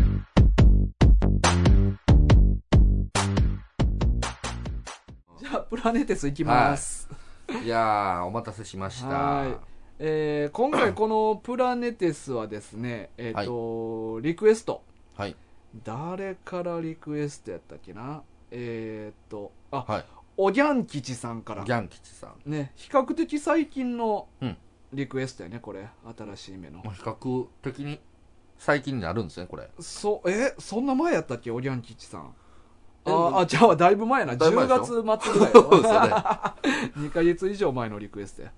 プラネテスいきます、いやーお待たせしましたはいえー今回このプラネテスはですね、えっとリクエストはい誰からリクエストやったっけなえーっとあ、はいおぎゃん吉さんからギャン吉さんね比較的最近のうんリクエストやねこれ新しい目のまあ比較的に最近になるんですねこれそえそんな前やったっけおぎゃん吉さんえああじゃあだいぶ前やなだいぶ前でしょ10月末ぐらい そうですよね は2ヶ月以上前のリクエストや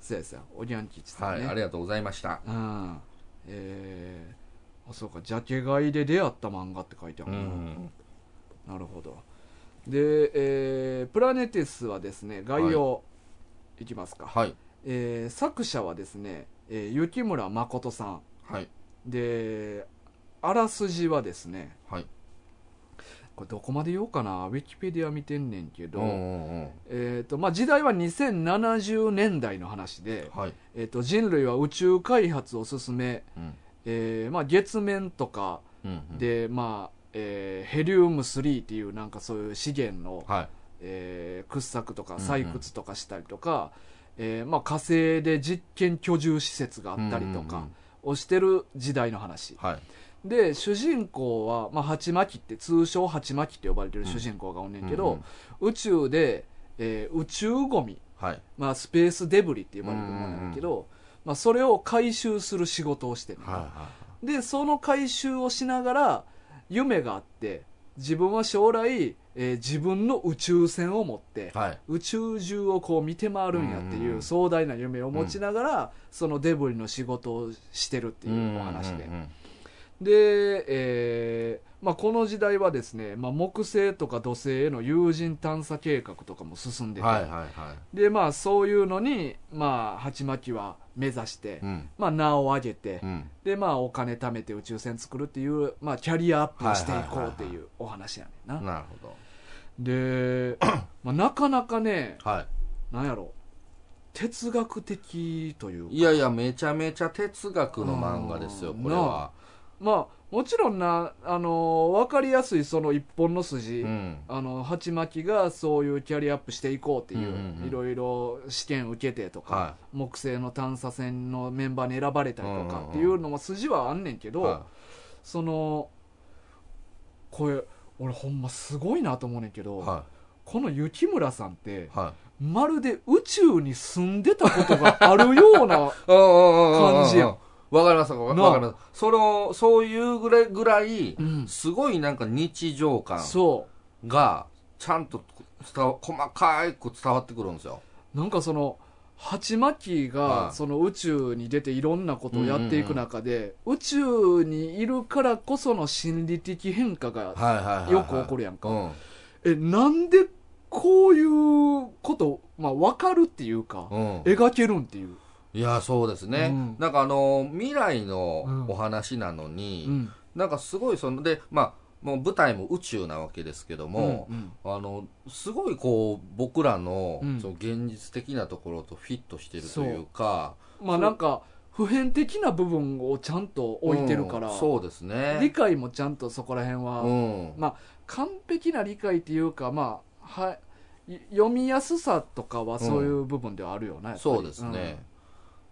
そうやそうやおぎゃん吉さんね、いありがとうございましたうんえー、あそうかジャケ買いで出会った漫画って書いてあうるな、んなるほどで、えープラネテスはですね概要、い、きますか、はいえー作者はですね、えー雪村誠さんはいであらすじはですねはいこれどこまで言おうかなウィキペディア見てんねんけど、うんうんうんえーとまあ、時代は2070年代の話で、はいえー、と人類は宇宙開発を進め、うんえーまあ、月面とかうんうんで、まあえーヘリウム3っていうなんかそういう資源の、はいえー掘削とかうんうん採掘とかしたりとか、えーまあ、火星で実験居住施設があったりとうんうんかうんをしてる時代の話はいで主人公は、まあ、ハチマキって通称ハチマキって呼ばれてる主人公がおんねんけど、うんうん宇宙で、えー宇宙ゴミ、はいまあ、スペースデブリって呼ばれてるものなんだけど、まあ、それを回収する仕事をしてる、はでその回収をしながら夢があって自分は将来、えー自分の宇宙船を持って、いはいはい宇宙中をこう見て回るんやってうんうんいううん壮大な夢を持ちながら、そのデブリの仕事をしてるっていうお話で、うんうんうんで、えーまあ、この時代はですね、まあ、木星とか土星への有人探査計画とかも進んでて、はいはいはでまあ、そういうのに、まあ、鉢巻きは目指して、いうんまあ、名を上げて、うんでまあお金貯めて宇宙船作るっていう、まあ、キャリアアップをしていこうってはいはいはいいはうお話やねんな、なるほで、まあ、なかなかねどはいなんやろ哲学的というかいやいやめちゃめちゃ哲学の漫画ですようんこれはまあもちろんな、あの分かりやすいその一本の筋、うんあの鉢巻きがそういうキャリアアップしていこうっていう,、うんうんうんいろいろ試験受けてとか、は木星の探査船のメンバーに選ばれたりとうんうんかうんっていうのも筋はあんねんけど、はそのこれ俺ほんますごいなと思うねんけいど、はこの雪村さんっていはいまるで宇宙に住んでたことがあるよう な感感じやんわかりますわなわかりますそのそういうぐらいぐらいうんすごいなんか日常感そがちゃんと伝わ細かく伝わってくるんですようなんかその鉢巻きはがいその宇宙に出ていろんなことをやっていく中で、宇宙にいるからこその心理的変化がはいはいはいはいよく起こるやんか、うんえなんでこういうこと、まあ、分かるっていうか、うん描けるんっていう、いやそうですねうんなんかあの未来うのんお話なのにうんなんかすごいそのでまあもう舞台も宇宙なわけですけども、うんうんあのすごいこう僕らの,、うんその現実的なところとフィットしてるというかまあなんか普遍的な部分をちゃんと置いてるから、うんそうです理ね、解もちゃんとそこら辺うは、んま完璧な理解っていうかまあはい読みやすさとかはそういう部分ではあるよね、やっぱりそうですね、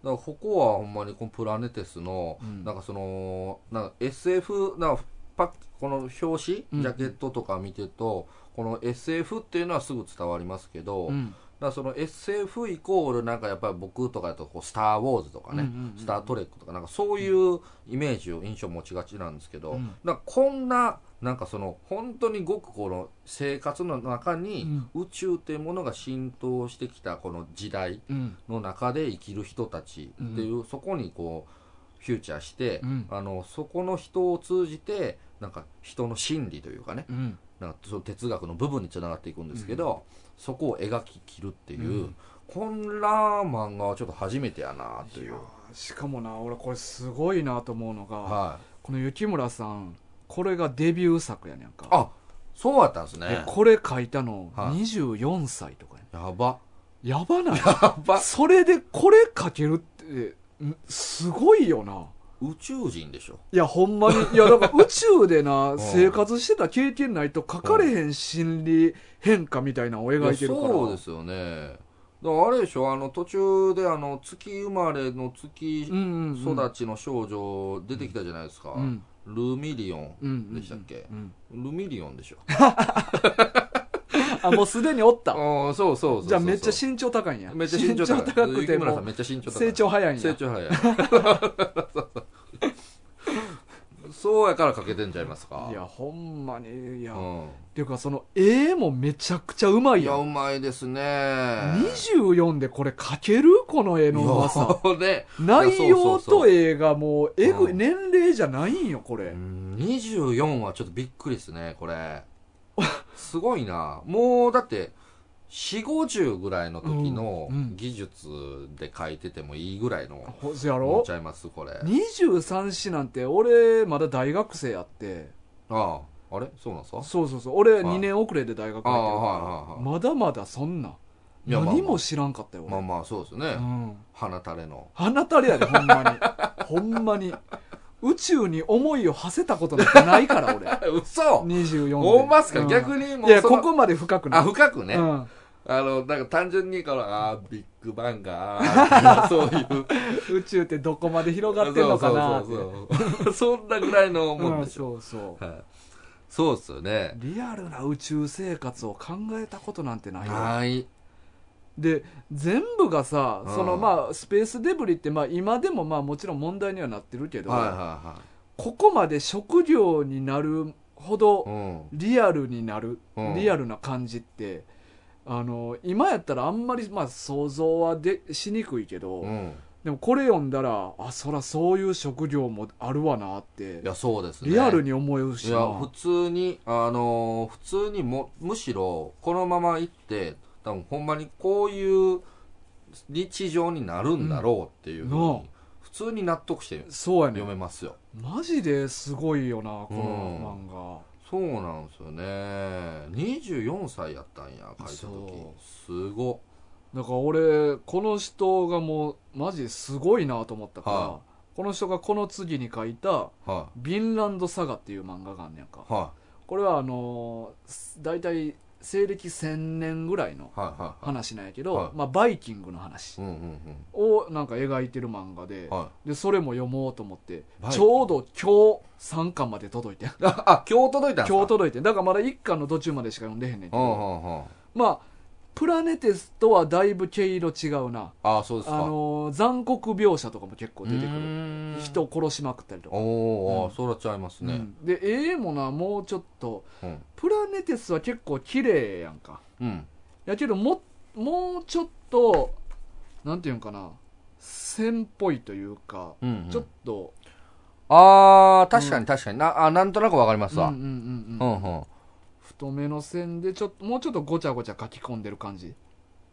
だからここはほんまにこのプラネテスの、うんなんかそのなんか SF なんかパッこの表紙ジうんャケットとか見てると、この SF っていうのはすぐ伝わりますけど、うんだからその SF イコールなんかやっぱり僕とかだとこう「スター・ウォーズ」とかね、うんうんうんスター・トレック」とかなんかそういうイメージを印象持ちがちなんですけど、うんなんかこんななんかその本当にごくこの生活の中に宇宙というものが浸透してきたこの時代うんの中で生きる人たちっていう、そこにこうフューチャーして、うんあのそこの人を通じてなんか人の心理というかねうんなんかその哲学の部分につながっていくんですけど、そこを描き切るっていう、うんこんな漫画はちょっと初めてやなといいやう。しかもな俺これすごいなと思うのが、はい、この雪村さんこれがデビュー作やねんかあそうやったんですねえ。これ書いたのはい24歳とかやねやば。やばないやば。それでこれかけるってんすごいよな宇宙人でしょいやほんま にいやだから宇宙でなん生活してた経験ないと書かれへん心理変化みたいなのを描いてるからそうですよねだからあれでしょあの途中であの月生まれの月うんうんうん育ちの少女出てきたじゃないですか、うんルミリオンうんうんうんでしたっけうんルミリオンでしょあもうすでにおったああそうそうそうそうじゃあめっちゃ身長高いんやめっちゃ身長高いくて雪村もさんめうっちゃ身長高い成長早いん成や長早い そうそうそうやからかけてんちゃいますかいやほんまにいや、っうていうかその絵もめちゃくちゃうまん、いいややんうまいですね24でこれ描けるこの絵のうまさいやね内容といやそうそうそう映画もうえぐいうん年齢じゃないんよこれ、うん24はちょっとびっくりですね これすごいなもうだって4 5 0ぐらいの時のうんうん技術で書いててもいいぐらいのほそや思っろちゃいますこれあ23子なんて俺まだ大学生やってああれそうなんですかそうそうそう俺い2年遅れで大学入ってるかあはいはいらはいまだまだそんないやまあまあ何も知らんかったよ俺、まあまあそうですよね、うん、花垂れの 放たれやでほんまに ほんまに宇宙に思いを馳せたことなんてないから 俺嘘24で大マスか、うん逆にもいやそのここまで深くないあ深くね、うんあのなんか単純にこのあービッグバンが あーそういう宇宙ってどこまで広がってんのかなってそうそうそう そうそんなぐらいのもんうんでしょ、そうそうはい、そうっすよねリアルな宇宙生活を考えたことなんてないよはいで全部がさうんそのまあスペースデブリってまあ今でもまあもちろん問題にはなってるけど、はいはここまで職業になるほどいはいリアルになる、うんリアルな感じってあの今やったらあんまりまあ想像はでしにくいけど、うん、うん、でもこれ読んだらあそらそういう職業もあるわなっていやそうですねリアルに思えるいしやな普通にあのー普通にもむしろこのまま行って多分ほんまにこういう日常になるんだろうっていうふうに、うんなあ普通に納得してそうやね読めますよマジですごいよなこうんのそうなんですよね24歳やったんや書いた時そすご漫画、だから俺この人がもうマジすごいなと思ったから、はこの人がこの次に書いた「はヴィンランドサガ」っていう漫画があんねやんかいはこれはあのー大体西暦1000年ぐらいのいはいはいは話なんやけど、はいまあ、バイキングの話いうんうんをなんか描いてる漫画で、うんはいでそれも読もうと思ってバイキンちょうど今日3巻まで届いてああ今日届いたんですか今日届いてだからまだ1巻の途中までしか読んでへんねんけうんうどんうんまあプラネテスとはだいぶ毛色違うなあそうですあかのー残酷描写とかも結構出てくうるーん人を殺しまくったりとか、おお、うんそらちゃいますうねんでええもなもうちょっとうん、プラネテスは結構綺麗やんかうん、やけどももうちょっとなんていうんかな線っぽいというか、うんうんちょっとああ確かに確かになあなんとなくわかりますわうんうんうんううんんうん太めの線でちょっともうちょっとごちゃごちゃ書き込んでる感じ、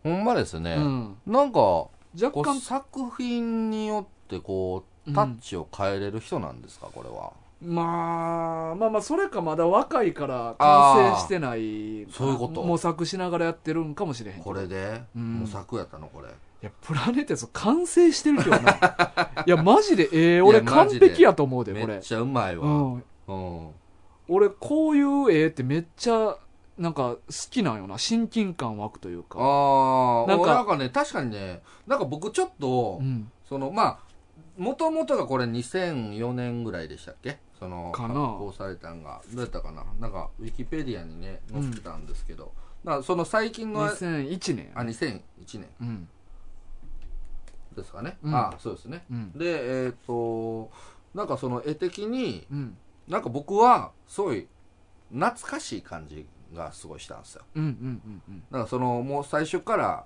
ほんまですね、うん、なんかこ若う干作品によってこうタッチを変えれる人なんですかこれは、まあまあまあそれかまだ若いから完成してないーそういうこと模索しながらやってるんかもしれへんけどこれでうん模索やったのこれ、いやプラネテス完成してるけどないやマジでええい俺やマ完ジで璧やと思うでこめっれ、ちゃうまいうわん、うん、俺こういう絵ってめっちゃなんか好きなんよな親近感湧くというかああななんんかかなんかね確かにねなんか僕ちょっと、うんそのまあもともとがこれ2004年ぐらいでしたっけそのかな発行されたんがどうやったかななんかウィキペディアにね載ってたんですけど、まあその最近の2001年あ2001年うんですかね、うんああそうですねうんでえっ、となんかその絵的にうんなんか僕はすごい懐かしい感じがすごいしたんですようんうんうんうんなんかそのもう最初から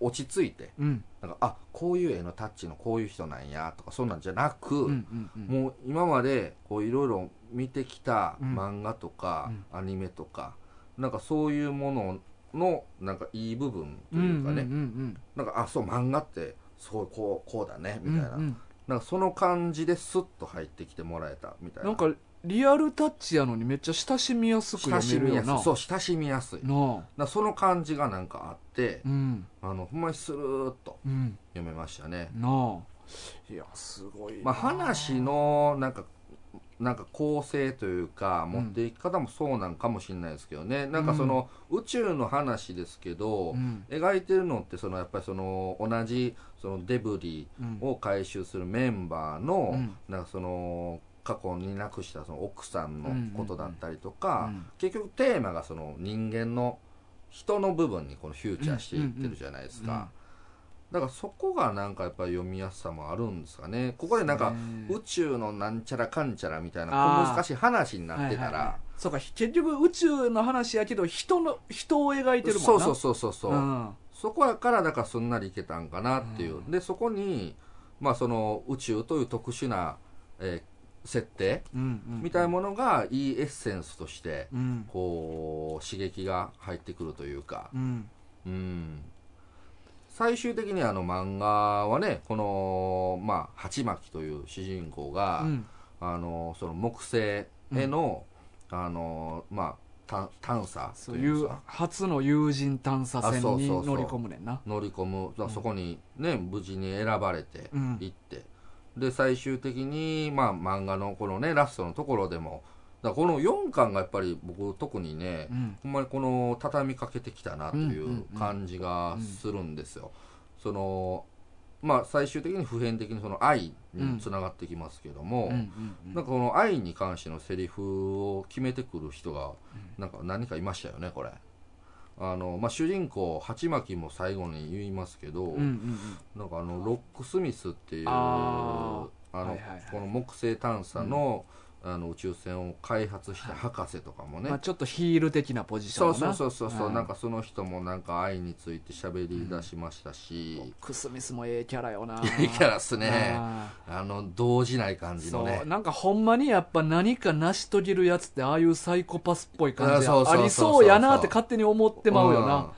落ち着いてうんなんかあこういう絵のタッチのこういう人なんやとかそんなんじゃなく、うんうんうんもう今までこういろいろ見てきたうん漫画とかうんアニメとか、なんかそういうもののなんかいい部分というかね、んうんなんかあそう漫画ってそうこうこうだねうんみたいな、うんうんなんかその感じでスッと入ってきてもらえたみたいななんかリアルタッチやのにめっちゃ親しみやすく親し読めみるよやすないそう親しみやすいだかなあらその感じがなんかあってうんあのほんまにスルーっとうん読めましたね、なあいやすごいなまあ、話のなんかなんか構成というか持っていき方もそうなんかもしれないですけどね、なんかその宇宙の話ですけど、うん描いてるのってそのやっぱりその同じそのデブリうんを回収するメンバーの、うんなんかその過去に亡くしたその奥さんのことだったりとか、うん結局テーマがその人間の人の部分にこのフューチャーしていってるじゃないですか、うんうんうんだからそこがなんかやっぱり読みやすさもあるんですかねここでなんかね宇宙のなんちゃらかんちゃらみたいなあー小難しい話になってたはいはいはらいそうか結局宇宙の話やけど人の人を描いてるもんなそうそうそうそうそう、うんそこやからだからすんなりいけたんかなっていう、うでそこに、まあ、その宇宙という特殊な、えー設定うんうんみたいなものがいいエッセンスとしてうんこう刺激が入ってくるというか、うんうん、最終的にあの漫画はねこの、まあ、鉢巻という主人公が、うんあのその木星への、あのまあた探査そとういいうんですうか初の友人探査船あそうにそうそう乗り込むねんな乗り込む、だからそこにね無事に選ばれてうん行って、で最終的に、まあ、漫画のこのねラストのところでもだからこの4巻がやっぱり僕特にね、うんほんまにこの畳みかけてきたなといんうんううん感じがするんですよ。そのまあ最終的に普遍的にその愛につながってきますけどうも、んうんうんなんかこの愛に関してのセリフを決めてくる人がなんか何かいましたよねこれあの、まあ、主人公鉢巻も最後に言いますけど、うんうんなんかあのロックスミスっていうああのはいはいはいこの木星探査の,、あの宇宙船を開発した博士とかもうんね、まあちょっとヒール的なポジションそうなそうそうそうそう、うんなんかその人もなんか愛について喋り出しましたし、クスミスもええキャラよな いいキャラっすねああの動じない感ーじのねそうなんかほんまにやっぱ何か成し遂げるやつってああいうサイコパスっぽい感じあそやうそうそうあそうりそうやなって勝手に思ってまうよんな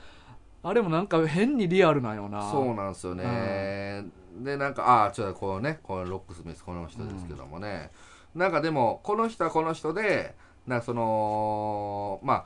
あれもなんか変にリアルなんよなそうなんですよね、でなんかああーちょっとこうねこのロックスミスこの人ですけどもね、なんかでもこの人はこの人でなんかそのまあ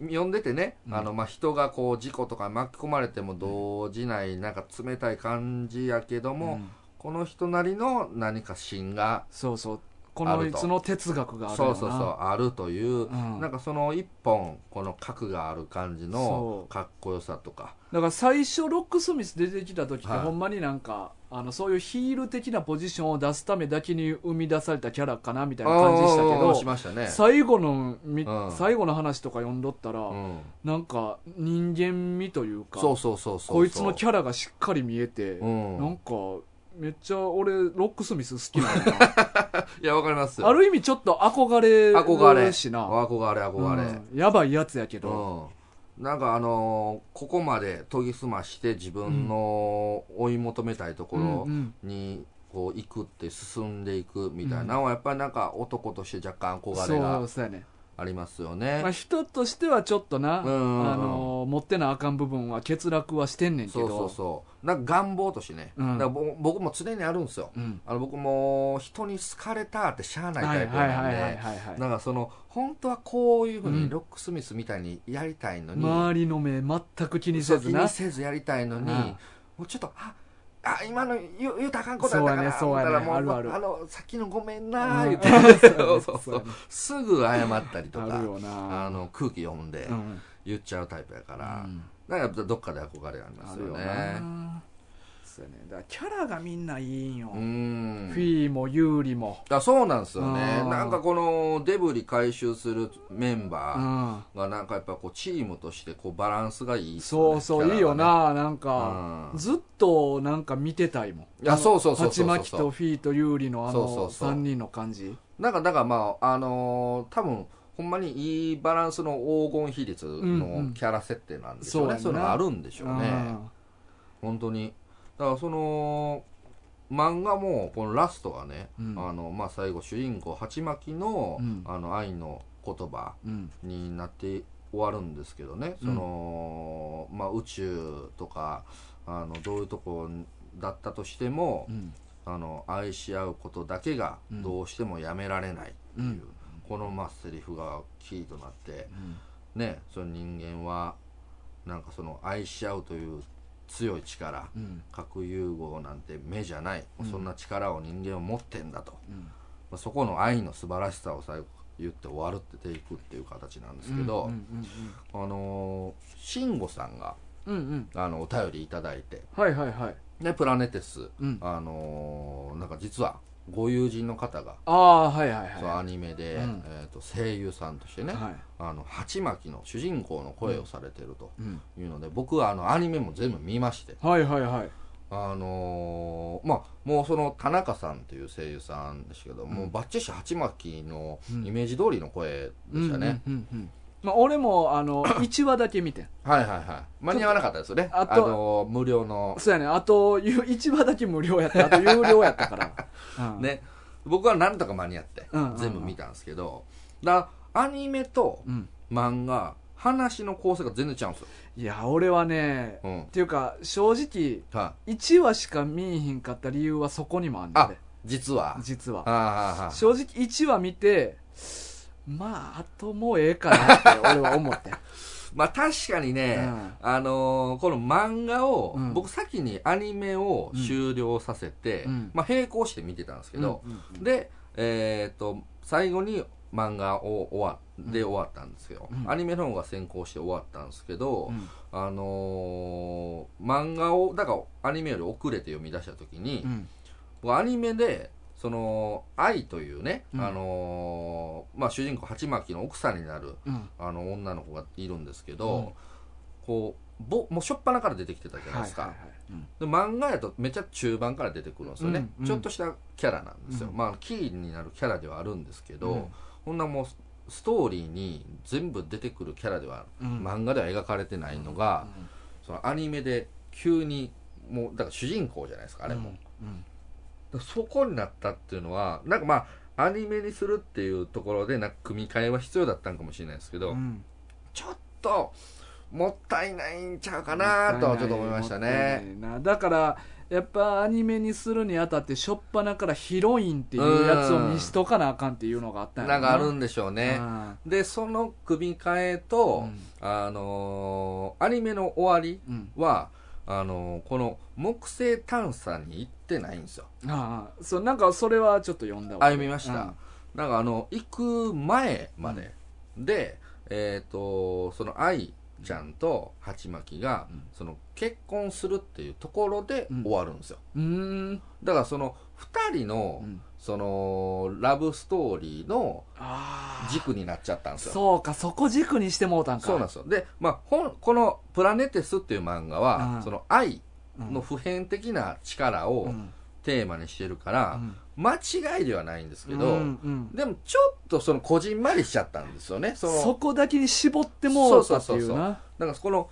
読んでてね、あのまあ人がこう事故とか巻き込まれても動じない、なんか冷たい感じやけども、うんこの人なりの何か芯がそうそうこあのるいとつの哲学があるよなそうそうそうあるという、うんなんかその一本この核がある感じそのうかっこよさとかだから最初ロックスミス出てきた時ってはいほんまになんか、あのそういうヒール的なポジションを出すためだけに生み出されたキャラかなみたいな感じしたけあどーしましたね、最後のみ、うん最後の話とか読んどったら、うん、なんか人間味というかそうそうそうそうこいつのキャラがしっかり見えて、うんなんかめっちゃ俺ロックスミス好きなんだ いやわかりますなある意味ちょっと憧れ憧れるしな憧れ憧れうんやばいやつやけうど、ん、なんかあのーここまで研ぎ澄まして自分の追い求めたいところうんにこう行くって進んでいくみたいなのはやっぱりなんか男として若干うん憧それうがそうやねありますよまあ、ね人としてはちょっとな、うんうんうんあのー持ってなあかん部分は欠落はしてんねんけそどうそうそうなんか願望としてね、うんだからぼ僕も常にあるんですようん、あの僕も人に好かれたってしゃあないはタいイプはいなはいはいんではいはいなんかその本当はこういうふううんにロックスミスみたいにやりたいのに、周りの目全く気にせそう気ずなにせずやりたいのに、うんもうちょっとああ今の言う言うたらあかんことやったからそうやねそうやねだからもうあるあるのさっきのごめんなー 言って、うそんうそうそうすぐ謝ったりとあかるよなあの空気読んでうん言っちゃうタイプやから、うんだからやっぱどっかで憧れありまあするよよねなそうやねだからキャラがみんないいんよ、うフんィーもユーリも、だそうなんですよねうんなんかこのデブリ回収するメンうバん、ーがなんかやっぱこうチームとしてこうバランスがいいっすよそねうそう、キャラがねいいよななんか、うんずっとなんか見てたいもんいやそうそうそうそうそうハチマキとフィーとユーリのあそうそのうそう3人の感じなんかだからまああのー多分ほんまにいいバランスの黄金比率うんうのんキャラ設定なんでしょうね、そそううやいなうのがあるんでしょうね、うん本当にだからその漫画もこのラストはね、うんあのまあ、最後主人公鉢巻の,、うんあの愛の言葉うんになって終わるんですけどね、うんそのまあ、宇宙とかあのどういうとこだったとしても、うんあの愛し合うことだけがどうしてもやめられないっていう、うんここのまあセリフがキーとなってねその人間はなんかその愛し合うという強い力うんうん核融合なんて目じゃない、うんそんな力を人間は持ってんだと、うんまあそこの愛の素晴らしさを最後言って終わるってていくっていう形なんですけど、うんあのー慎吾さんがうんうんうんうんあのお便りいただいてはいはいはいでプラネテス、うんあのーなんか実はご友人の方が、ああはいはいそうアはニメで、うんえー、と声優さんとしていね、はいあのハチマキの主人公の声をされてるとうんいうので、僕はあのアニメも全部見ましてはいはいはいあのーまあもうその田中さんという声優さんですけど、もうバッチシハチマキのイメージ通りの声でしたね、うんうんうんうんまあ俺もあ の1話だけ見てんはいはいはい間に合わなかったですよねああとのー無料のそうやねあとゆ1話だけ無料やったあと有料やったから、うん、 ね僕はなんとか間に合ってうんうんうん全部見たんですけどだアニメとうん漫画話の構成が全然違うんですよ、いや俺はね、うんっていうか正直はい1話しか見えへんかった理由はそこにもあんねんあで実は実あはあああ正直1話見てまああともうええかなって俺は思ってんまあ確かにね、あのーこの漫画を、うん僕先にアニメを終了させて、うんまあ並行して見てたんです けど、うんで、えっと最後に漫画を終わで終わったんですけど、うんアニメの方が先行して終わったんですけど、うんあのー漫画をだからアニメより遅れて読み出した時に、うん僕アニメでその愛というね、うんあのーまあ、主人公鉢巻の奥さんになるうんあの女の子がいるんですけど、こうぼもう初っ端から出てきてたじゃないですか、はいはいはいうんで漫画やとめっちゃ中盤から出てくるんですよね、うんうんちょっとしたキャラなんですよ、うんまあキーになるキャラではあるんですけど、うんこんなもうスストーリーに全部出てくるキャラでは、うん漫画では描かれてないのが、そのアニメで急にもうだから主人公じゃないですかあれも、だかうんらそこになったっていうのはなんかまあアニメにするっていうところでなんか組み替えは必要だったんかもしれないですけうど、んうんちょっともったいないんちゃうかなとはちょっと思いましたね。もったいないなだからやっぱアニメにするにあたって初っ端からヒロインっていうやつを見しとかなあかんっていうのがあったんやなんかあるんでしょうね。あで、その組み替えーと、うんあのーアニメの終わりうんは、あのーこの木星探査に行ってないんですよ。ああそうなんかそれはちょっと読んだわ歩みました。なんかあの、行く前まで、で、えっ、と、その愛ちゃんと鉢巻が、うんその結婚するっていうところで終わるんですよ。うんうーんだからその2人の、うんそのラブストーリーのああ軸になっちゃったんですよ。そうかそこ軸にしてもうたんかそうなんですよ。で、まあ、本この「プラネテス」っていう漫画うは、んその愛うんの普遍的な力うをんテーマにしてるから、間違いではないんですけど、うんうんでもちょっとそのこじんまりしちゃったんですよね。そのそこだけに絞ってもうたっていうそうそうそうそなだからこの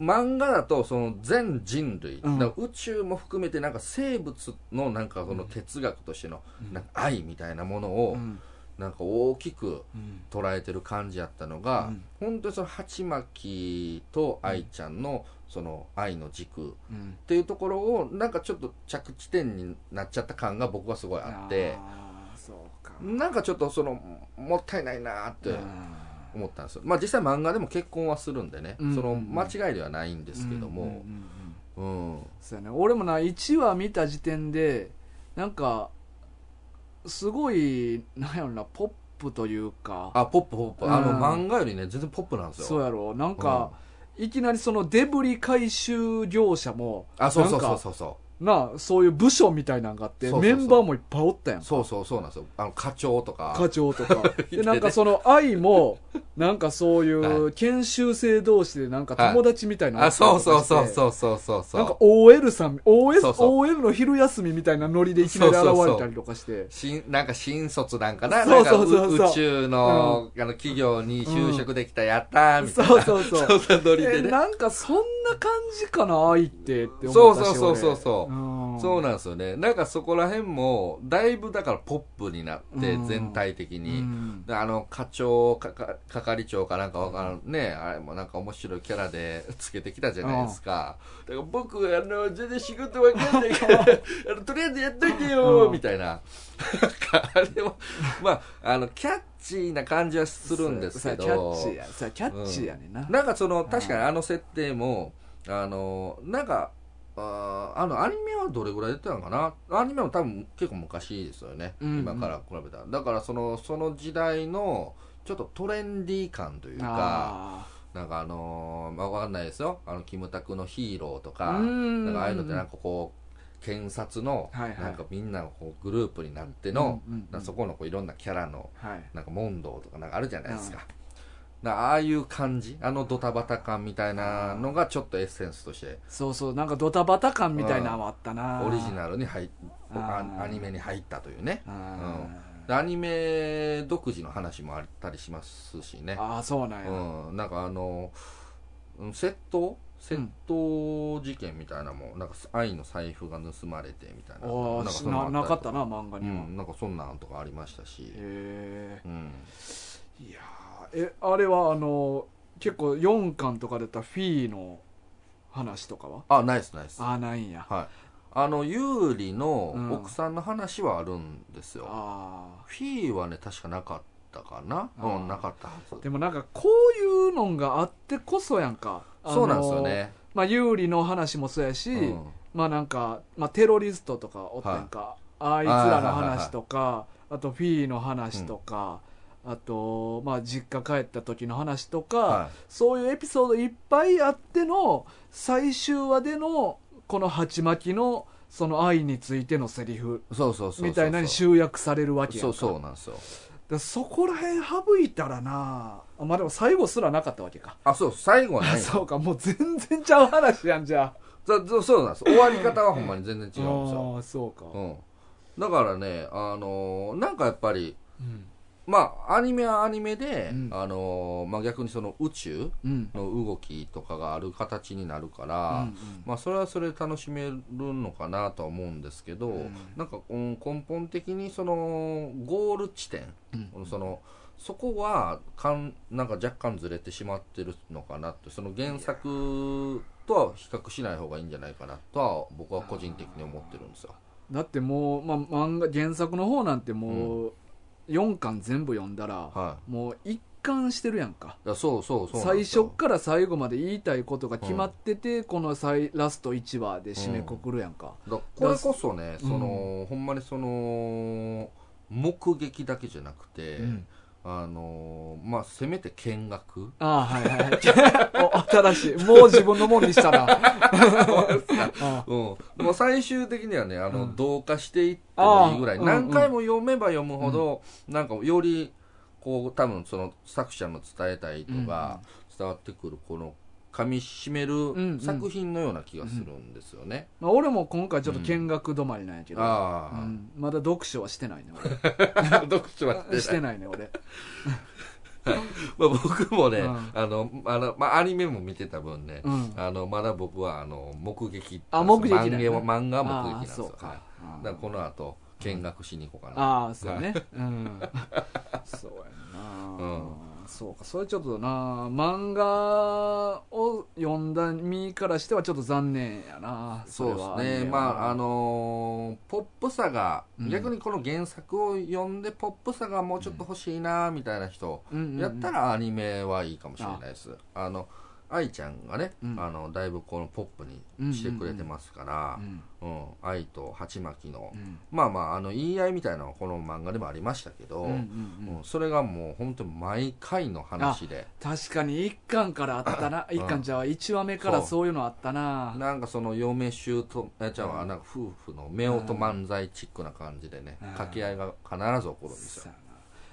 漫画だとその全人類、うんだから宇宙も含めてなんか生物のなんかその哲学としてのなんか愛みたいなものをうんなんか大きくうん捉えてる感じやったのが、うん本当にその鉢巻と愛ちゃんのその愛の軸っうんていうところをなんかちょっと着地点になっちゃった感が僕はすごいあってあーそうかなんかちょっとそのもったいないなーってうん思ったんですよまあ実際漫画でも結婚はするんでね、うんその間違いではないんですけどうんうんうもんうんうん、そうやね俺もな1話見た時点でなんかすごいなんやろなポップというかあポップポップ、うんあの漫画よりね全然ポップなんですよそうやろなんか、いきなりそのデブリ回収業者もあそうそなうんそうかそうそうなあそういう部署みたいなんがあってそうそうそうメンバーもいっぱいおったやんそうそうそうなんですよあの課長とか課長 とかねでなんかその愛もなんかそういう研修生同士でなんか友達みたいなのああったりそとうかそうそうしてそうそうそうそうなんか OL さん OS そうそう OL の昼休みみたいなノリでいきなり現れたりとかして新なんか新卒なんかなそなんうかそうそうそうう宇宙の,、あの企業に就職できたやったーみたいな、そうそうそうそんなノリでえねなんかそんな感じかな愛ってってそ思うったしそうそうそううそうそうなんですよねなんかそこら辺もだいぶだからポップになってうん全体的うに、んであの課長かか係長かなんかわからんねあれもなんか面白いキャラで つけてきたじゃないですか、だから僕あの全然仕事わかんな いからあのとりあえずやっといてよ、うんみたいななんかあれはまああのキャッチーな感じはするんですけどそうやキャッチーやそうやキャッチーやねんな、なんかその確かにあの設定も、あのなんかあーあのアニメはどれぐらい出てたのかなアニメも多分結構昔ですよね、うんうん今から比べたらだからそのその時代のちょっとトレンディー感というかあなんかあのーまあ、わかんないですよあのキムタクのヒーローとーかうんなんかああいうのってなんかこう検察のはいはいなんかみんなこうグループになっての、うんうんうんなんかそこのこういろんなキャラのはいなんか問答とかなんかあるじゃないですか,、ああいう感じあのドタバタ感みたいなのがちょっとエッセンスとしてそうそうなんかドタバタ感みたいなのもあったなオリジナルに入っあーあアニメに入ったというねあでアニメ独自の話もあったりしますしねー、あーそうなんや、うん、なんかあのうん窃盗窃盗事件みたいなのもなんか愛の財布が盗まれてみたいなおなんかーそんなのなあかりっとたな漫画うには、ん、なんかそんなんとかありましたし、へうん、えいやーえあれはあの結構4巻とか出たフィーの話とかはあナイスナイスああないんやはい、あの有利うんの奥さんの話はあるんですよ、あフィーはね確かなかったかなあーうんなかったはずーでもなんかこういうのがあってこそやんかあのーそうなんですよね、まあ有利の話もそうやし、うんまあなんか、まあ、テロリストとかおったんか、あいつらの話とか、あとフィーの話とか、あと、まあ、実家帰った時の話とか、はそういうエピソードいっぱいあっての最終話でのこの鉢巻きのその愛についてのセリフい、そうそうそうそうみたいなのに集約されるわけやそんうかそうなんですよだそこら辺省いたらなあまあでも最後すらなかったわけかあそう最後はないそうかもう全然ちゃう話やんじゃあそうそうそうなんです終わり方はほんまに全然違うんですよ、あー そうか、うん、だからねあのーなんかやっぱりうんまあアニメはアニメで、うんあのーまあ、逆にその宇宙うんの動きとかがある形になるから、うんうんまあ、それはそれで楽しめるのかなとは思うんですけど、うんなんか、うん、根本的にそのゴール地点、そのそこはかんなんか若干ずれてしまってるのかなってその原作とは比較しない方がいいんじゃないかなとは僕は個人的に思ってるんですよ。だってもう、まあ、漫画原作の方なんてもう4巻全部読んだら、はもう一貫してるやんかい、いやそうそうそうなん最ですよ初から最後まで言いたいことが決まってて、この最ラスト1話で締めくくるやんか、だこれこそねその、ほんまにその目撃だけじゃなくて、うんあのまあせめて見学ああはいはいはい お新しいもう自分のものにしたらあうん、もう最終的にはねあの、うん同化していってもいいぐらいあー何回も読めば読むほど、なんかよりこう多分その作者の伝えたいとか、伝わってくるこの噛み締めんうんる作品のような気がするんですよね。まあ、俺も今回ちょっと見学止まりなんやけど、あうあ、んまだ読書はしてないね 読書は俺ししてないてないね俺まあ、僕もね、うんあのあの、まあ、アニメも見てた分ね、うんあのまだ僕はあの目撃あ目撃なんだ漫画は漫画はああ目撃なんですよそうか、はいあだあからこの後見学しに行こうかなああそうね、 うんそうやんな、そうかそれちょっとな漫画を読んだ身からしてはちょっと残念やなそうですねまああののーポップさが、うん逆にこの原作を読んでポップさがもうちょっと欲しいなみたいな人、やったらアニメはいいかもしれないです、あの愛ちゃんがね、うんあのだいぶこのポップにしてくれてますから、うん愛と鉢巻きの、まあまああの言い合いみたいなのはこの漫画でもありましたけど、うんそれがもう本当に毎回の話で確かに1巻からあったな1巻じゃあ1話目からそういうのあったななんかその嫁衆とえちゃうわなんか夫婦の夫婦漫才チックな感じでねうん掛け合いが必ず起こるんですよそうや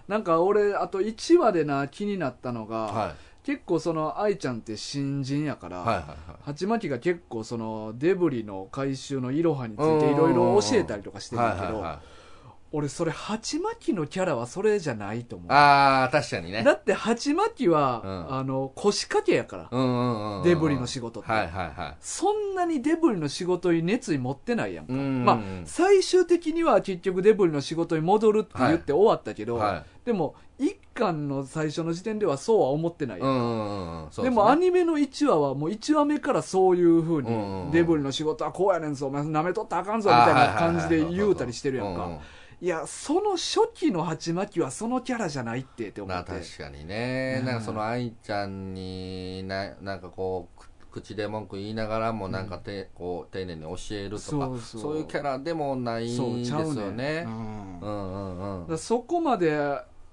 ななんか俺あと1話でな気になったのが、は結構その愛ちゃんって新人やかいら、はいはいは鉢巻きが結構そのデブリの回収のイロハについていろいろ教えたりとかしいてるんだはいけはいどは俺それ鉢巻きのキャラはそれじゃないと思うああ確かにねだって鉢巻きは、うんあの腰掛けやから、うんうんうんうんデブリの仕事って、はいはいはそんなにデブリの仕事に熱意持ってないやんいうんまあ最終的には結局デブリの仕事に戻るって言って終わったけど、はでも一巻の最初の時点ではそうは思ってないいや、うんんうんうんそうですねもアニメの1話はもう1話目からそういうふううんうにんデブリの仕事はこうやねんぞお前なめとったらあかんぞみたいな感じで言うたりしてるやんうかいやその初期の鉢巻きはそのキャラじゃないってってうん思まあって確かにね、うんなんかその愛ちゃんにななんかこうく口で文句言いながらもなんかて、こう丁寧に教えるとかそそううそういうキャラでもないそんうですちゃうよねねんうんだうかんうんうんはらいそこまで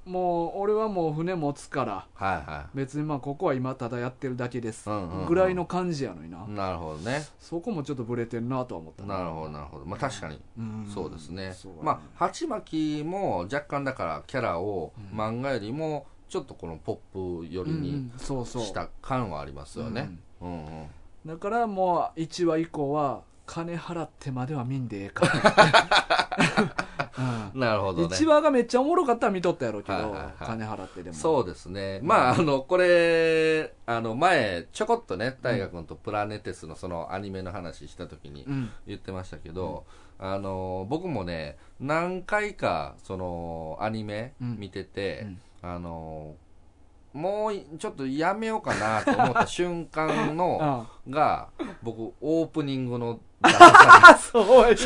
もう俺はもう船持つからは別にまあここは今ただやってるだけですうんうんうんぐらいの感じやのにないなるほどねそこもちょっとブレてんなとは思ったなるほどなるほどまあ確かにうんそうですね、そうやまあ鉢巻きも若干だからキャラを漫画よりもちょっとこのポップ寄りうにんうんそうそうした感はありますよね、うんうんだからもう1話以降は金払ってまでは見んでええか なるほうんどね1話がめっちゃおもろかったら見とったやろうけど、はいはいはい金払ってでもそうですねまああのこれあの前ちょこっとね大河君とプラネテスのそのアニメの話した時にうん言ってましたけど、あの僕もね何回かそのアニメ見てうて、んあのもういちょっとやめようかなと思った瞬間の あが僕オープニングのああ そうや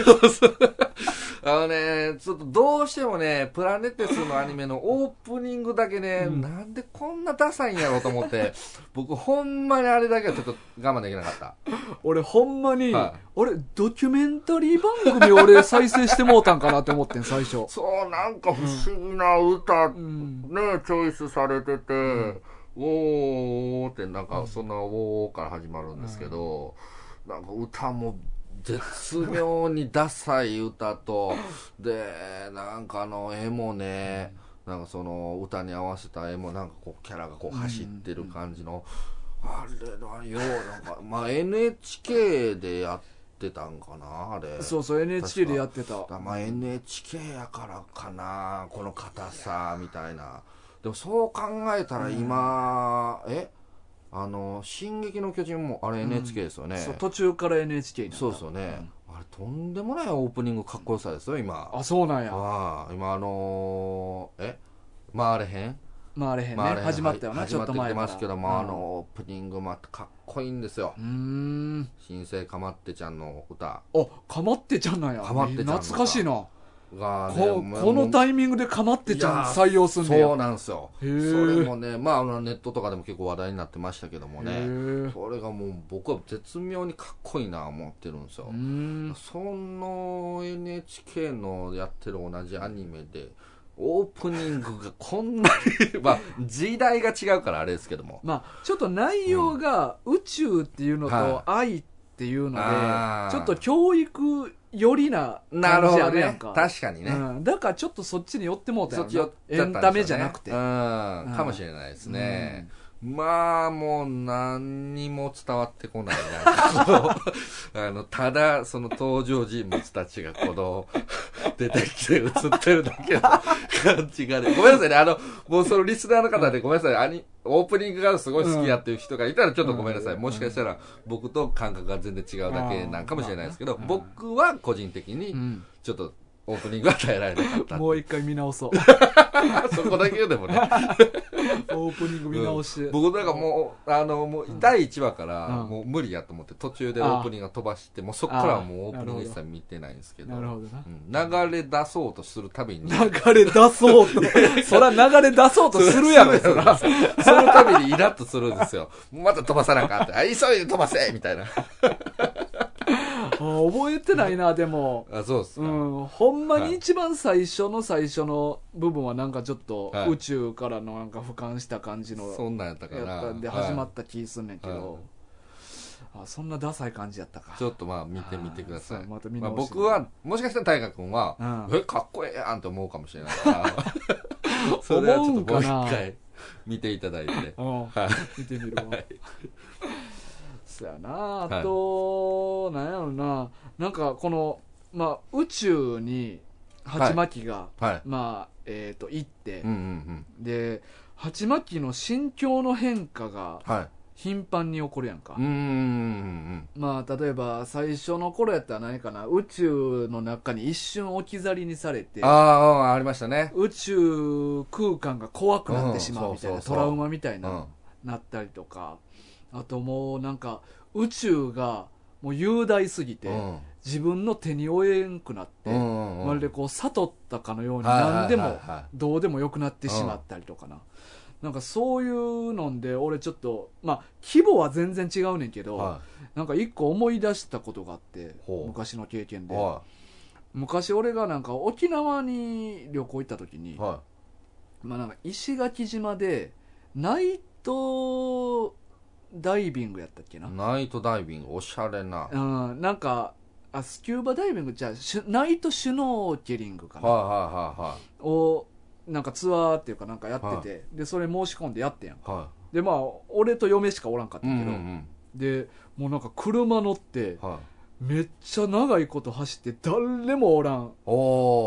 のねちょっとどうしてもねプラネテスのアニメのオープニングだけね、うんなんでこんなダサいんやろうと思って僕ほんまにあれだけはちょっと我慢できなかった俺ほんまに、は俺ドキュメンタリー番組俺再生してもうたんかなって思ってん最初そうなんか不思議な歌、うんねチョイスされてて、おーおーってなんかそんなおーおーから始まるんですけど、なんか歌も絶妙にダサい歌とでなんかあの絵もねなんかその歌に合わせた絵もなんかこうキャラがこう走ってる感じの、あれだよなんかまあ NHK でやってたんかなあれそうそう NHK でやってただまあ NHK やからかなこの硬さみたいなでもそう考えたら今、えあの「進撃の巨人」もあれ NHK ですよね、そう途中から NHK になったそうですよね、あれとんでもないオープニングかっこよさですよ今ああそうなんやあ今あのーえ回れへんまああれへんね回れへん始まったよなはいちょっと前始からまってきてますけども、あのオープニングまたかっこいいんですようんうーん新生かまってちゃんの歌あかまってちゃんなんやかまってちゃんの歌懐かしいなが、ね、こもうこのタイミングでかまってちゃん採用すんだそうよ。なんですよそへーれもねまああのネットとかでも結構話題になってましたけどもへねーそれがもう僕は絶妙にかっこいいな思ってるんですようーんその NHK のやってる同じアニメでオープニングがこんなに まあ時代が違うからあれですけどもまあちょっと内容が宇宙っていうのはと愛っていうので、あーちょっと教育よりななる感ほじあどるやねんか。確かにね、うん、だからちょっとそっちに寄ってもうたよそっなち寄っちエゃったンタんですよねメじゃなくて。うんうんかもしれないですね、まあもう何にも伝わって こないなんかこうあのただその登場人物たちがこの 出てきて映ってるだけの感じがねごめんなさいねあのもうそのリスナーの方でごめんなさいアニオープニングがすごい好きやっていう人がいたらちょっとごめんなさい、もしかしたら僕と感覚が全然違うだけなんかもしれないですけど、うん僕は個人的にうんちょっとオープニングは耐えられなかったもう一回見直そう。 そこだけでもね。 オープニング 見直して。僕なんかもう、あの、もう第1話から、うんもう無理やと思って、途中でオープニングが飛ばして、もうそこからはもうオープニング一切見てないんですけど。なるほどな。うん流れ出そうとするたびに、流れ出そう と。そら流れ出そうとするやろ、そら。そのたびにイラッとするんですよ。また飛 ばさなあかんって、あ急いで飛ばせみたいな。 あー覚えてないな、でも。あ、そうっすか。うん、ほんまはにい一番最初の最初の部分はなんかちょっとはい宇宙からのなんか俯瞰した感じのそんなんやったかやっら。たんで始まはった気すんねんけど、あそんなダサい感じやったかいちょっとまあ見てみてくださあい。ーそうまた見まあ、直して僕は、もしかしたら大河君は、うんえ、かっこええやんって思うかもしれないから。 それはちょ思うっんとかもう一な回見ていただいて。うんはい。見てみるわ、そやなあと、なんやろななんかこの、まあ、宇宙に鉢巻きが、はいまあえっ、と行ってうん、うんで鉢巻きの心境の変化がうんはい頻繁に起こるやんか、うんうんうんまあ例えば最初の頃やったら何かな宇宙の中に一瞬置き去りにされてうんああありましたね宇宙空間が怖くなってしまうみたいな、うんそうそうそうトラウマみたいな、うんなったりとかあともうなんか宇宙がもう雄大すぎて、うん自分の手に負えんくなって、うんうんまるでこう悟ったかのようにはいはいはいは何いでもどうでもよくなってしまったりとかな、なんかそういうので俺ちょっとまあ規模は全然違うねんけど、はなんか一個思い出したことがあってほう昔の経験いでは昔俺がなんか沖縄に旅行行った時にい、はまあ、なんか石垣島でナイトダイビングやったっけな、いナイトダイビングおしゃれなうん、なんかあスキューバダイビングじゃあシュナイトシュノーケリングかな、はをなんかツアーっていうかなんかやってて、でそれ申し込んでやってんやんいはいはいはでまあ俺と嫁しかおらんかったいけうど、んうんでもうなんか車乗ってうんはいめっちゃ長いこと走って誰もおらんお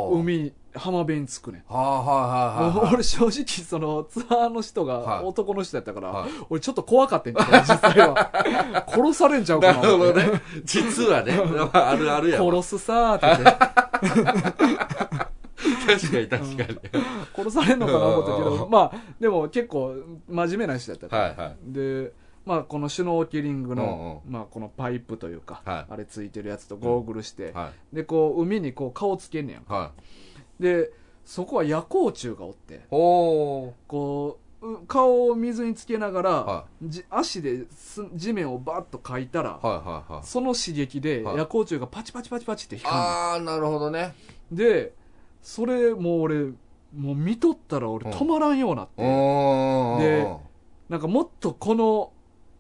おは海浜辺に着くねんあはいはいはいもうはい俺正直そのツアーの人はがい男の人やったから、はい俺ちょっと怖かったんけど実際 は殺されんちゃうか ななるほどね 実はねあるあるやわ殺すさーって言って 確かに確かに殺されんのかな思ったけうんうんどうまあでも結構真面目な人やったから、はいはいでまあこのシュノーケリングの、うまあ、このパイプというか、はいあれついてるやつとゴーグルして、はでこう海にこう顔つけんねやんいはいでそこは夜光虫がおっておおこうう顔を水につけながら、はじ足です地面をバッとかいたら、はいはいはいその刺激ではい夜光虫がパチパチパチパチって光るの、ああなるほどねでそれもう俺もう見とったら俺うん止まらんようになって、おおでなんかもっとこの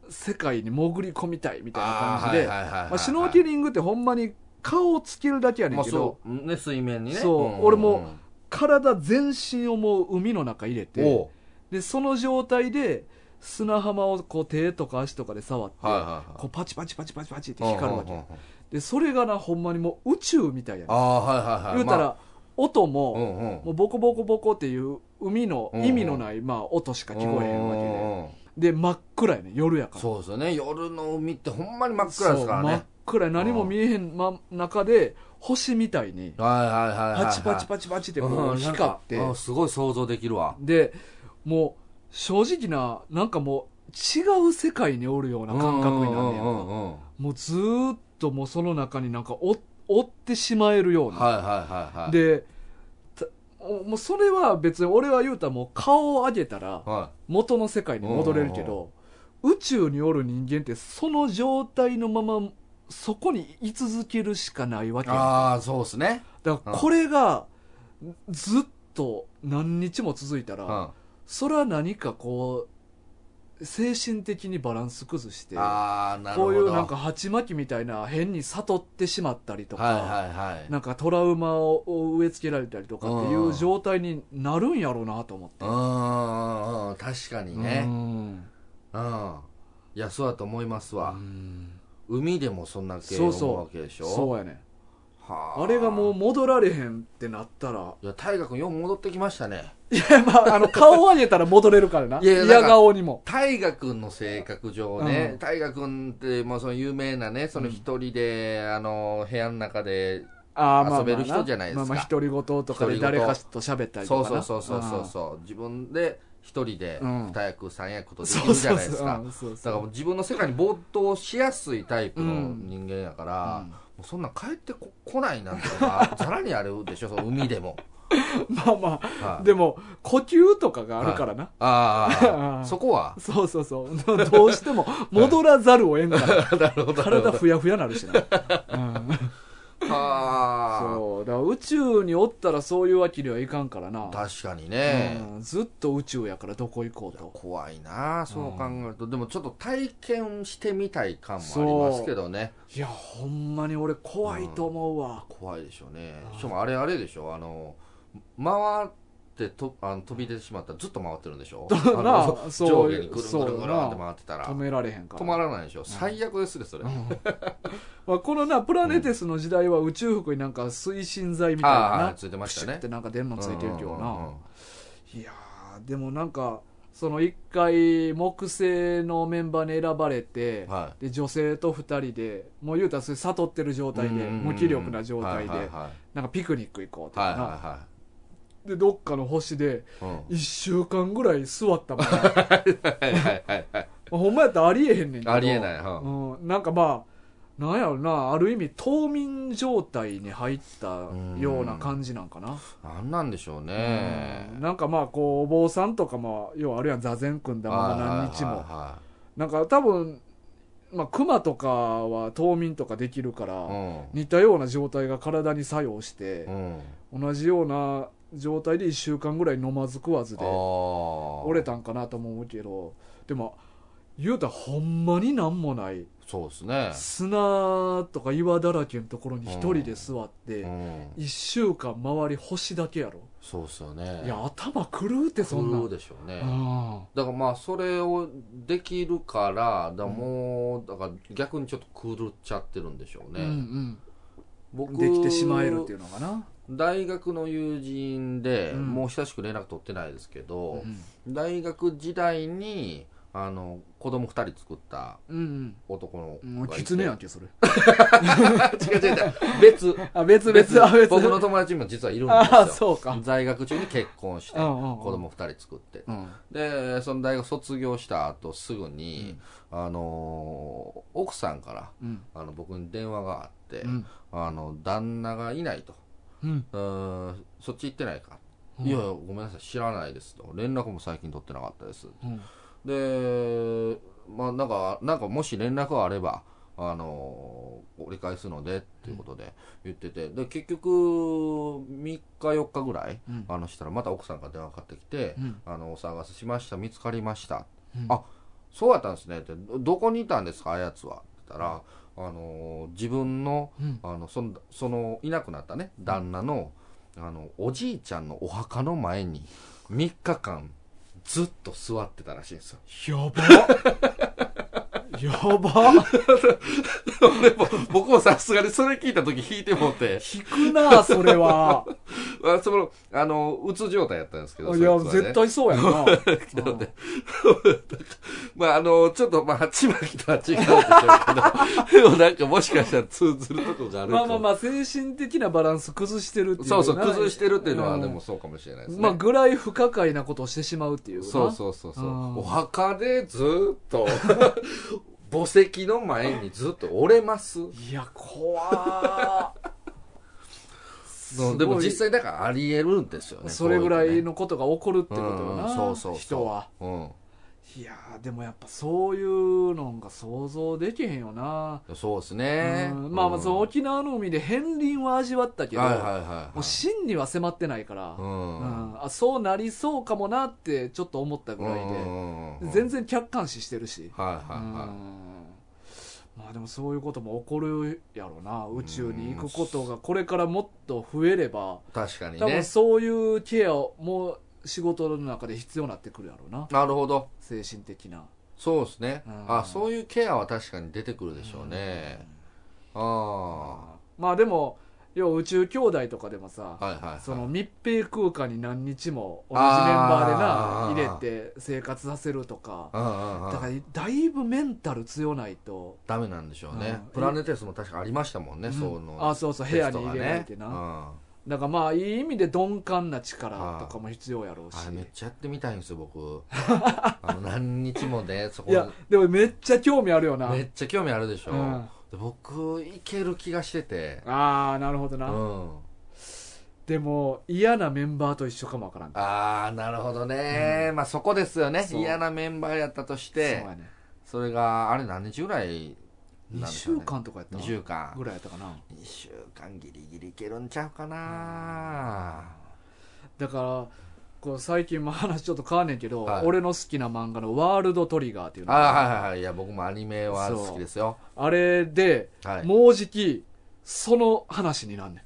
世界に潜り込みたいみたいな感じでまあシュノーケリングってほんまに顔をつけるだけやねまんあけど、そうね水面にねそうんんん俺も体全身をもう海の中入れおておでその状態で砂浜をこう手とか足とかで触って、はいはいこうパチパチパチパチパチってはい光るわけ、うんうんうんうんでそれがなほんまにもう宇宙みたいやねんああはいはいはい言うたら、まあ音うも,、んうんもうボコボコボコっていう海の意味のない、まあ、音しか聞こえへんわけで、うんうんで真っ暗やね夜やからそうですよね夜の海ってほんまに真っ暗ですからそう真っね暗や何も見えへん、ま、中で星みたいにはいはいはいはいはいパチパチパチパチってこううんなん光っかて、うんすごい想像できるわでもう正直ななんかもう違う世界におるような感覚になるねやんうかんうんうんうんもうずーっともうその中になんかお追ってしまえるような、はいはいはいはいでたおもうそれは別に俺は言うたらもう顔を上げたらは元の世界に戻れるけど、宇宙におる人間ってその状態のままそこに居続けるしかないわいけやんああそうですねだからこれがずっと何日も続いたうら、んあそれは何かこう精神的にバランス崩してあなるこほうどいうなんか鉢巻きみたいな変に悟ってしまったりとか、はいはいはいなんかトラウマを植え付けられたりとかっていう状態になるんやろうなと思ってう。んうんうん確かにうねんうんいやそうだと思いますわうん海でもそんな系そうそう思うわけでしょそうやねはあれがもう戻られへんってなったら いや大河君よう戻ってきましたねいやまああの顔を上げたら戻れるからないやいや嫌顔にも大河君の性格上うんね大河君ってもうその有名なねその一人で、あの部屋の中であーまあまあ遊べる人じゃないですかまあまあ独り言とかで独り誰言かと喋ったりとそうかそうなそうそうそうそう自分で一人でうん二役三役とんできるじゃないですかうんそうだかそらうもう自分の世界に没頭しやすいタイプの人間やから、うんもうそんなん帰ってこ来ないなんてこと はざらにあるでしょその海でも、まあまはあい、でも呼吸とかがあるからなああ ーあそこはそうそうそうどう しても戻らざるを得ん からなるほどなるほ体どふやふやな るしな、うんはそうだから宇宙におったらそういうわけにはいかんからなあ、確かにね、うんずっと宇宙やからどこ行こうと怖いなあそう考えると、でもちょっと体験してみたい感もありますけどねいやほんまに俺怖いと思うわ、怖いでしょうねあーしかもあれあれでしょあの回っってとあの飛び出てしまったらずっと回ってるんでしょだ なあのそう上下にぐるんぐるんぐそうだるんなって回ってたら止められへんから止まらないでしょ最悪ですねそれ、まあ、このなプラネテスの時代は宇宙服になんか推進剤みたいなああなついてまプしシたュっねてなんか出んのついてるけどな、うんうんうんいやーでもなんかその一回木星のメンバーに選ばれて、はで女性と二人でもう言うたらそれ悟ってる状態でうんうんうんうん無気力な状態はいはいではなんかピクニック行こうといはかいな、はでどっかの星でいはい1週間ぐらい座ったもんな はいはいはいはいほんまやったらありえへんねんけどありえないうんうん、なんかまあなんやろなある意味冬眠状態に入ったような感じなんかな、なんなんでしょうねうんなんかまあこうお坊さんとかも要はあるやん座禅組んだまま何日も、はいはなんか多分まあ熊とかは冬眠とかできるから、いはい似たような状態が体に作用してう、んうん同じような状態で1週間ぐらい飲まず食わずで折折れたんかなとも思うけどでも言うたらほんまになんもないそうですね砂とか岩だらけのところに一人で座って、うん1週間周り星だけやろ、そうっすよねいや頭狂うってそんなんそうでしょうねうんだからまあそれをできるからだからもうだから逆にちょっと狂っちゃってるんでしょうね、うんう僕ん、できてしまえるっていうのかな、大学の友人で、うんもう久しく連絡取ってないですけうんど、大学時代にあの子供2人作ったうん男のうん、もうがいて狐 やんけそれ違う違う違う別あ 別別あ別僕の友達も実はいるんああですそようか在学中に結婚してう子んうんうん供2人作ってうんでその大学卒業した後すぐに、あのー奥さんからうんあの僕に電話があって、うんあの旦那がいないとうんうーんそっち行ってないか、うんいやいやごめんなさい知らないですと連絡も最近取ってなかったですうんでまあなんかなんかもし連絡があればあの折り返すのでっていうことで言ってて、で結局3日4日ぐらい、うんあのしたらまた奥さんから電話かかってきて、うんあのお探ししました見つかりました、うんあそうやったんですねってどどこにいたんですかあやつはって言ったら、あの自分のうんあのそのそのいなくなったね旦那の,、あのおじいちゃんのお墓の前に3日間ずっと座ってたらしいん ですよやばやばでも僕もさすがにそれ聞いた時引いてもって引くなそれは あそのあのうつ状態やったんですけどいやそつはね 絶対そうやんなうんまああのちょっとまあ鉢巻きとは違うんでしょうけど でもなんかもしかしたら通ずるとこがあるかまもあまあまあ精神的なバランス崩してるっていうそうそう崩してるっていうのはんでもそうかもしれないですね、まあぐらい不可解なことをしてしまうっていうなそうそうそうそううんお墓でずーっ と墓石の前にずっと折れますいや怖 ーすごいでも実際だからありえるんですよねそれぐらいっのことが起こるってことよな、そうそうそう人はうんいやーでもやっぱそういうのが想像できへんよな、そうですねうんまあまあそのう沖縄の海で片鱗は味わったけけど、はいはいはいはいもう真には迫ってないから、うんうんあそうなりそうかもなってちょっと思ったぐらいで、うんうん全然客観視してるし、はいはいうんはまあでもそういうことも起こるやろうな宇宙に行くことがこれからもっと増えればい確かに多分ねそういうケアも仕事の中で必要になってくるやろうななるほど精神的なそうですねうんあそういうケアは確かに出てくるでしょうねあまあでも要は宇宙兄弟とかでもさあはいはいはいその密閉空間に何日も同じメンバあーーでな入れて生活させるとかうんうんうんだからだいぶメンタル強ないと、ダメなんでしょうね、うんプラネテスも確かありましたもんね、うんそのあそうそう部屋に入れられてな、テストがねだからまあいい意味で鈍感な力とかも必要やろうしうん、あれめっちゃやってみたいんです よ僕あの何日もねそこいやでもめっちゃ興味あるよなめっちゃ興味あるでしょ、うんで僕いける気がしててああなるほどな、うんでも嫌なメンバーと一緒かもわからんああなるほどね、まあそこですよねそう嫌なメンバーやったとしそうてやねそれがあれ何日ぐらいなん2でしょう週ね間とかやった2な週間ぐらいやったかな2週間ギリギリいけるんちゃうかなだからこう最近も話ちょっと変わんねんけど、はい俺の好きな漫画の「ワールドトリガー」っていうのあああはいはいはいいや僕もアニメは好きですよあれで、はいもうじきその話になんねん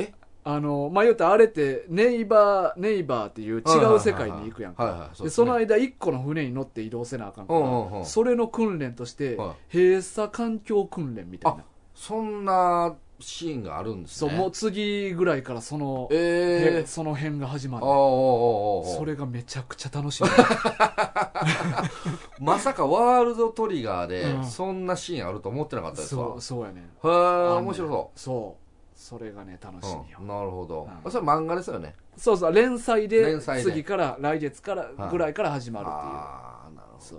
えああの、まあ、言うたらあれって、ネイバー、ネイバーっていう違う世界に行くやんはいはいはいか。で、そうですそねの間一個の船に乗って移動せなあかんかうんうんうら、んそれの訓練としては、閉鎖環境訓練みたいなあ。そんなシーンがあるんですそねう、もう次ぐらいからその、へええその辺が始まあるあ。おうおうおうおうそれがめちゃくちゃ 楽しい。まさかワールドトリガーうんでそんなシーンあると思ってなかったですわ、そう、そうやねん。へえ面そ。白そうそう。それがね、楽しいよ。う、うん、なるほど、うんそれ漫画ですよねそうそう、連載で、連載で次から、来月からはいぐらいから始まるっていう。ああなるほそう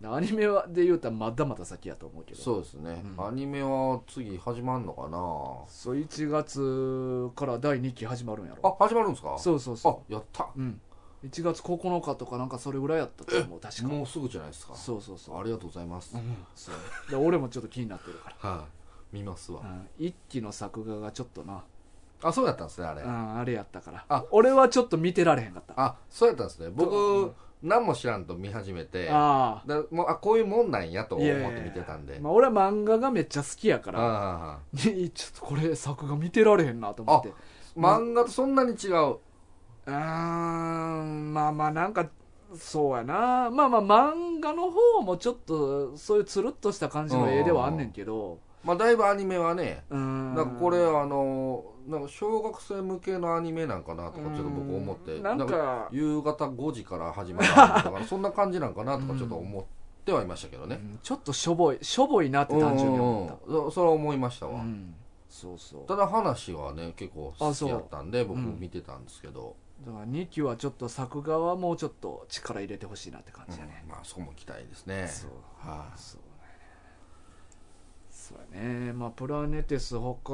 どアニメはで言うたらまだまだ先やと思うけどそうですね、うんアニメは次始まるのかなそう1月から第2期始まるんやろあ始まるんですかそうそうそあやったう、うん、1月9日とかなんかそれぐらいやったと思う確かもうすぐじゃないですかそうそうそうありがとうございます、うんそうで俺もちょっと気になってるかはい見ますわ、ら、うん、1期の作画がちょっとな、あそうやったんですねあれ、うん、あれやったからあ俺はちょっと見てられへんかったああそうやったんですね僕、う何も知らんと見始めてあだもうあこういうもんなんやとい思やいやいやって見てたんで、まあ、俺は漫画がめっちゃ好きやか あら、あちょっとこれ作画見てられへんなと 思って漫画とそんなに違ううーんまあまあなんかそうやなまあまあ漫画の方もちょっとそういうつるっとした感じの絵ではあんねんけどまあだいぶアニメはねうーんなんかこれあのなんか小学生向けのアニメなんかなとかちょっと僕思ってうんなんか夕方5時から始まるアニ メとかそんな感じなんかなとかちょっと思ってはいましたけどうね、んちょっとしょぼいしょぼいなってうん、単純に思っうんうんそれは思いましたたわ、うんそうそうただ話はね結構好きやったんで僕うん見てたんですけど、だから2期はちょっと作画はもうちょっと力入れてほしいなって感じやねうんまあそこも期待ですねそうはいそうねそうやねまあプラネテス他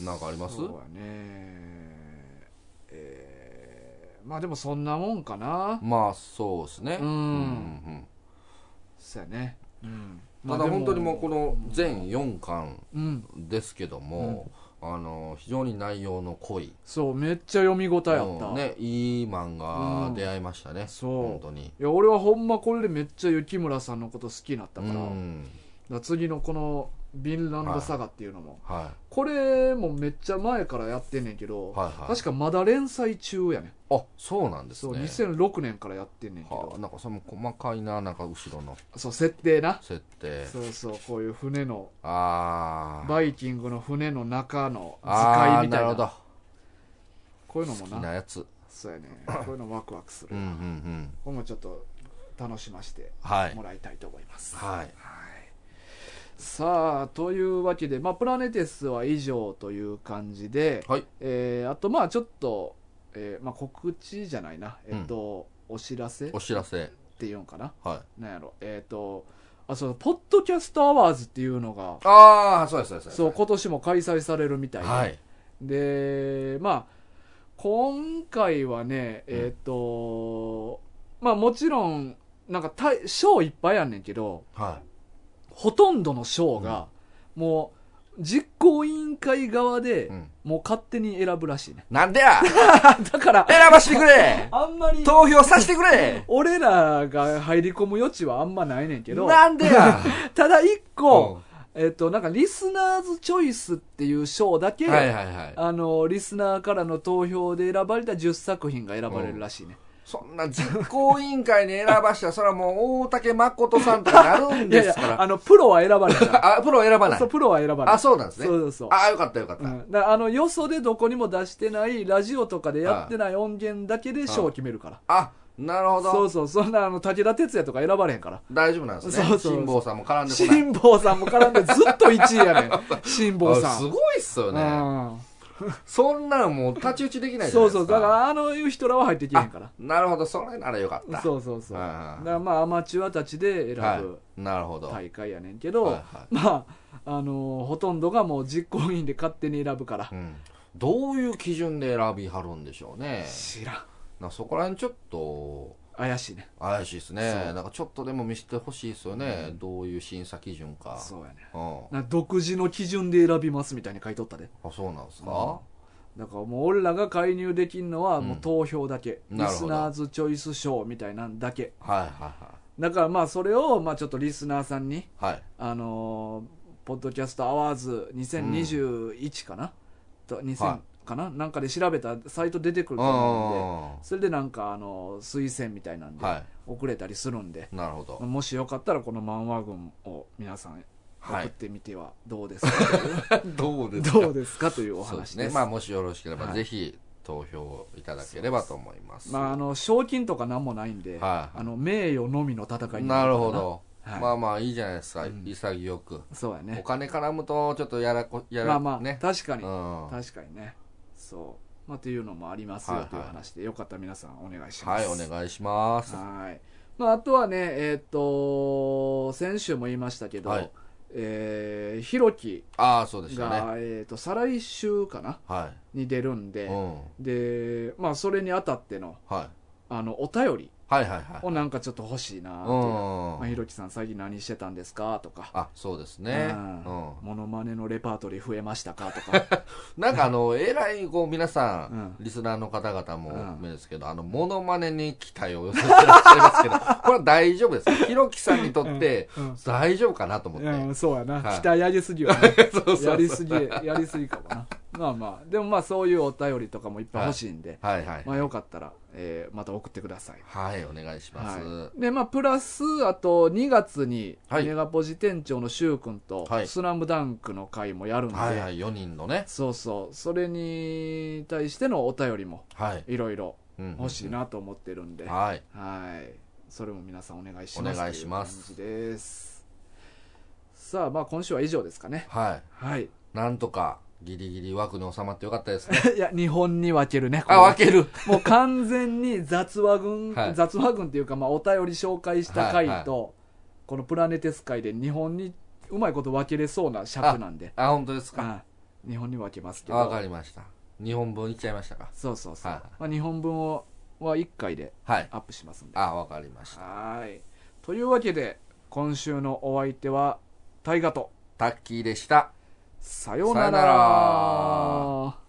なんかありますそうやねえーまあでもそんなもんかなまあそうですねうんうんそうやね、うん、ただ本当にもうこのの全4巻うんですけども、あの非常に内容の濃い、そうめっちゃ読み応えあった、うんね、いい漫う画ん出会いましたね、そう本当にいや俺はほんまこれでめっちゃ雪村さんのこと好きになったから,、うだかんら次のこの「ビンランドサガ」っていうのも、はこれもめっちゃ前からやってんねんけど、いはいはい確かまだ連載中やねあそうなんですそうね2006年からやってんねんけはあどなんかその細かいななんか後ろのそう設定な設定そうそうこういう船のああバイキングの船の中の図あ解ーみたないるなほどこういうの好もきななやつそうやねこういうのワクワクする、うんうんうこんれもちょっと楽しませてはいもらいたいと思います、はいさあというわけで、まあ、プラネテスは以上という感じで、はいえーあとまあちょっと、えーまあ、告知じゃないなえっ、と、お知らせっお知らせていうのかなはいなんやろえっ、とあそうポッドキャストアワーズっていうのがああそうですそうですですそう今年も開催されるみたいで、はいでまあ今回はねうんえっ、と、まあもちろんなんか大賞いっぱいあんねんけどはいほとんどの賞が、もう実行委員会側で、うんもう勝手に選ぶらしいね なんでやだから選ばしてくれあんまり 投票させてくれ俺らが入り込む余地はあんまないねんけどなんでやただ一う個、んえっ、となんかリスナーズチョイスっていう賞だけ、はいはいはいあのリスナーからの投票で選ばれた10作品が選ばれるらしいね、そんな実行委員会に選ばしたら、それはもう大竹誠さんとかなるんいやいです から。やあのプロは選ばれた あプロ選ばないそう。プロは選ばれたあ、そうなんですね。そうそうそうあ、よかったよかっうた。ん、だからあのよそでどこにも出してないラジオとかでやってない音源だけで賞を決めるからあ、なるそほうど。そうそんなあの武田鉄矢とか選ばれへんから大丈夫なんですね。そうそう辛坊さんも絡んでこない。辛坊さんも絡んでずっと1位やねん辛坊 あさすんごいっすよね。うんそんなのもう太刀打ちできないじゃそないうですか。そうだからあのいう人らは入ってきへんからなるほど、それならよかった。そうそうそうだはかいらまあアマチュアたちでは選ぶい。なるほど。大会やねんけど、はいはまああのーほとんどがもう実行委員で勝手に選ぶから、うんどういう基準で選びはるんでしょうね。知らんなそこら辺ちょっと、怪しいね怪しいですそうねなんかちょっとでも見せてほしいですよね、どういう審査基準かそうやねうん、あなんか独自の基準で選びますみたいに書いとったでそうなんですうんか、だからもう俺らが介入できんのはもう投票だけ、うんリなるスほどナーズチョイス賞みたいなんだけはいはいだからまあそれをまあちょっとリスナーさんにはいはいあのーポッドキャストアワーズ2021かな、と2000、はかななんかで調べたらサイト出てくるうと思うんでんそれでなんかあの推薦みたいなんでは送れたりするんで、いなるほどもしよかったらこの漫画群を皆さんは送っいてみてはどうですか という、どうですか どうですかというおそうです話ねですまあもしよろしければ、はいぜひ投票いただければと思いますまあ、あの賞金とかなんもないんで、はいあの名誉のみの戦いになるかほど、はいまあまあいいじゃないですか、うん潔く、そうやおね金絡むとちょっとやらこやらまあまあ、ね確かうに、んは確かにねそうまあというのもありますよはいはいという話で、よかったら皆さんお願いしますいお願いします はいまあ、あとはねえっ、と先週も言いましたけど、はいえーひろきああそうでしたねが、えー、と再来週かなはに出るんい、で、うんでまあそれにあたってのはい、あのお便りはいはいはいをなんかちょっと欲しいなっていう、まあ、うひんろきさん最近何してたんですかとかあそうですねううんんモノマネのレパートリー増えましたかと かなんか あのえらいこう皆さん、うリスナーの方々もうん目ですけど、あのモノマネに期待を寄せてらっしゃいます けどこれは大丈夫ですひろきさんにとってうんうん大丈夫かなと思って、うんそうやな、はい期待やりすぎはね そうそうそうやりすぎやりすぎかもなまあまあでもまあそういうお便りとかもいっぱい欲しいんで、はいはい、まあ、よかったら、えーまた送ってください。はい、お願いします。はい、で、まあ、プラス、あと、2月に、はいメガポジ店長のシュウ君と、はいスラムダンクの会もやるんで、はい、はい、4人のね。そうそう、それに対してのお便りも、はい。いろいろうん欲しい。なと思ってるんで、ははい。い。それも皆さんお願いします。お願いしますという感じです。さあ、まあ、今週は以上ですかね。はい。 はい。なんとか、ギリギリ枠に収まってよかったですね。いや、日本に分けるね。これあ、は分ける。もう完全に雑話軍、はい雑話軍っていうか、まあ、お便り紹介した回と、はいはいこのプラネテス界で日本にうまいこと分けれそうな尺なんで、あ、本当ですか。うん日本に分けますけあわかど、りました。日本分いっちゃいましたか。そうそうそう、はいはいまあ、日本文をは1回ではい。アップしますんで。あ、わかりました。はいというわけで、今週のお相手は、大河と、タッキーでした。さようなら。さような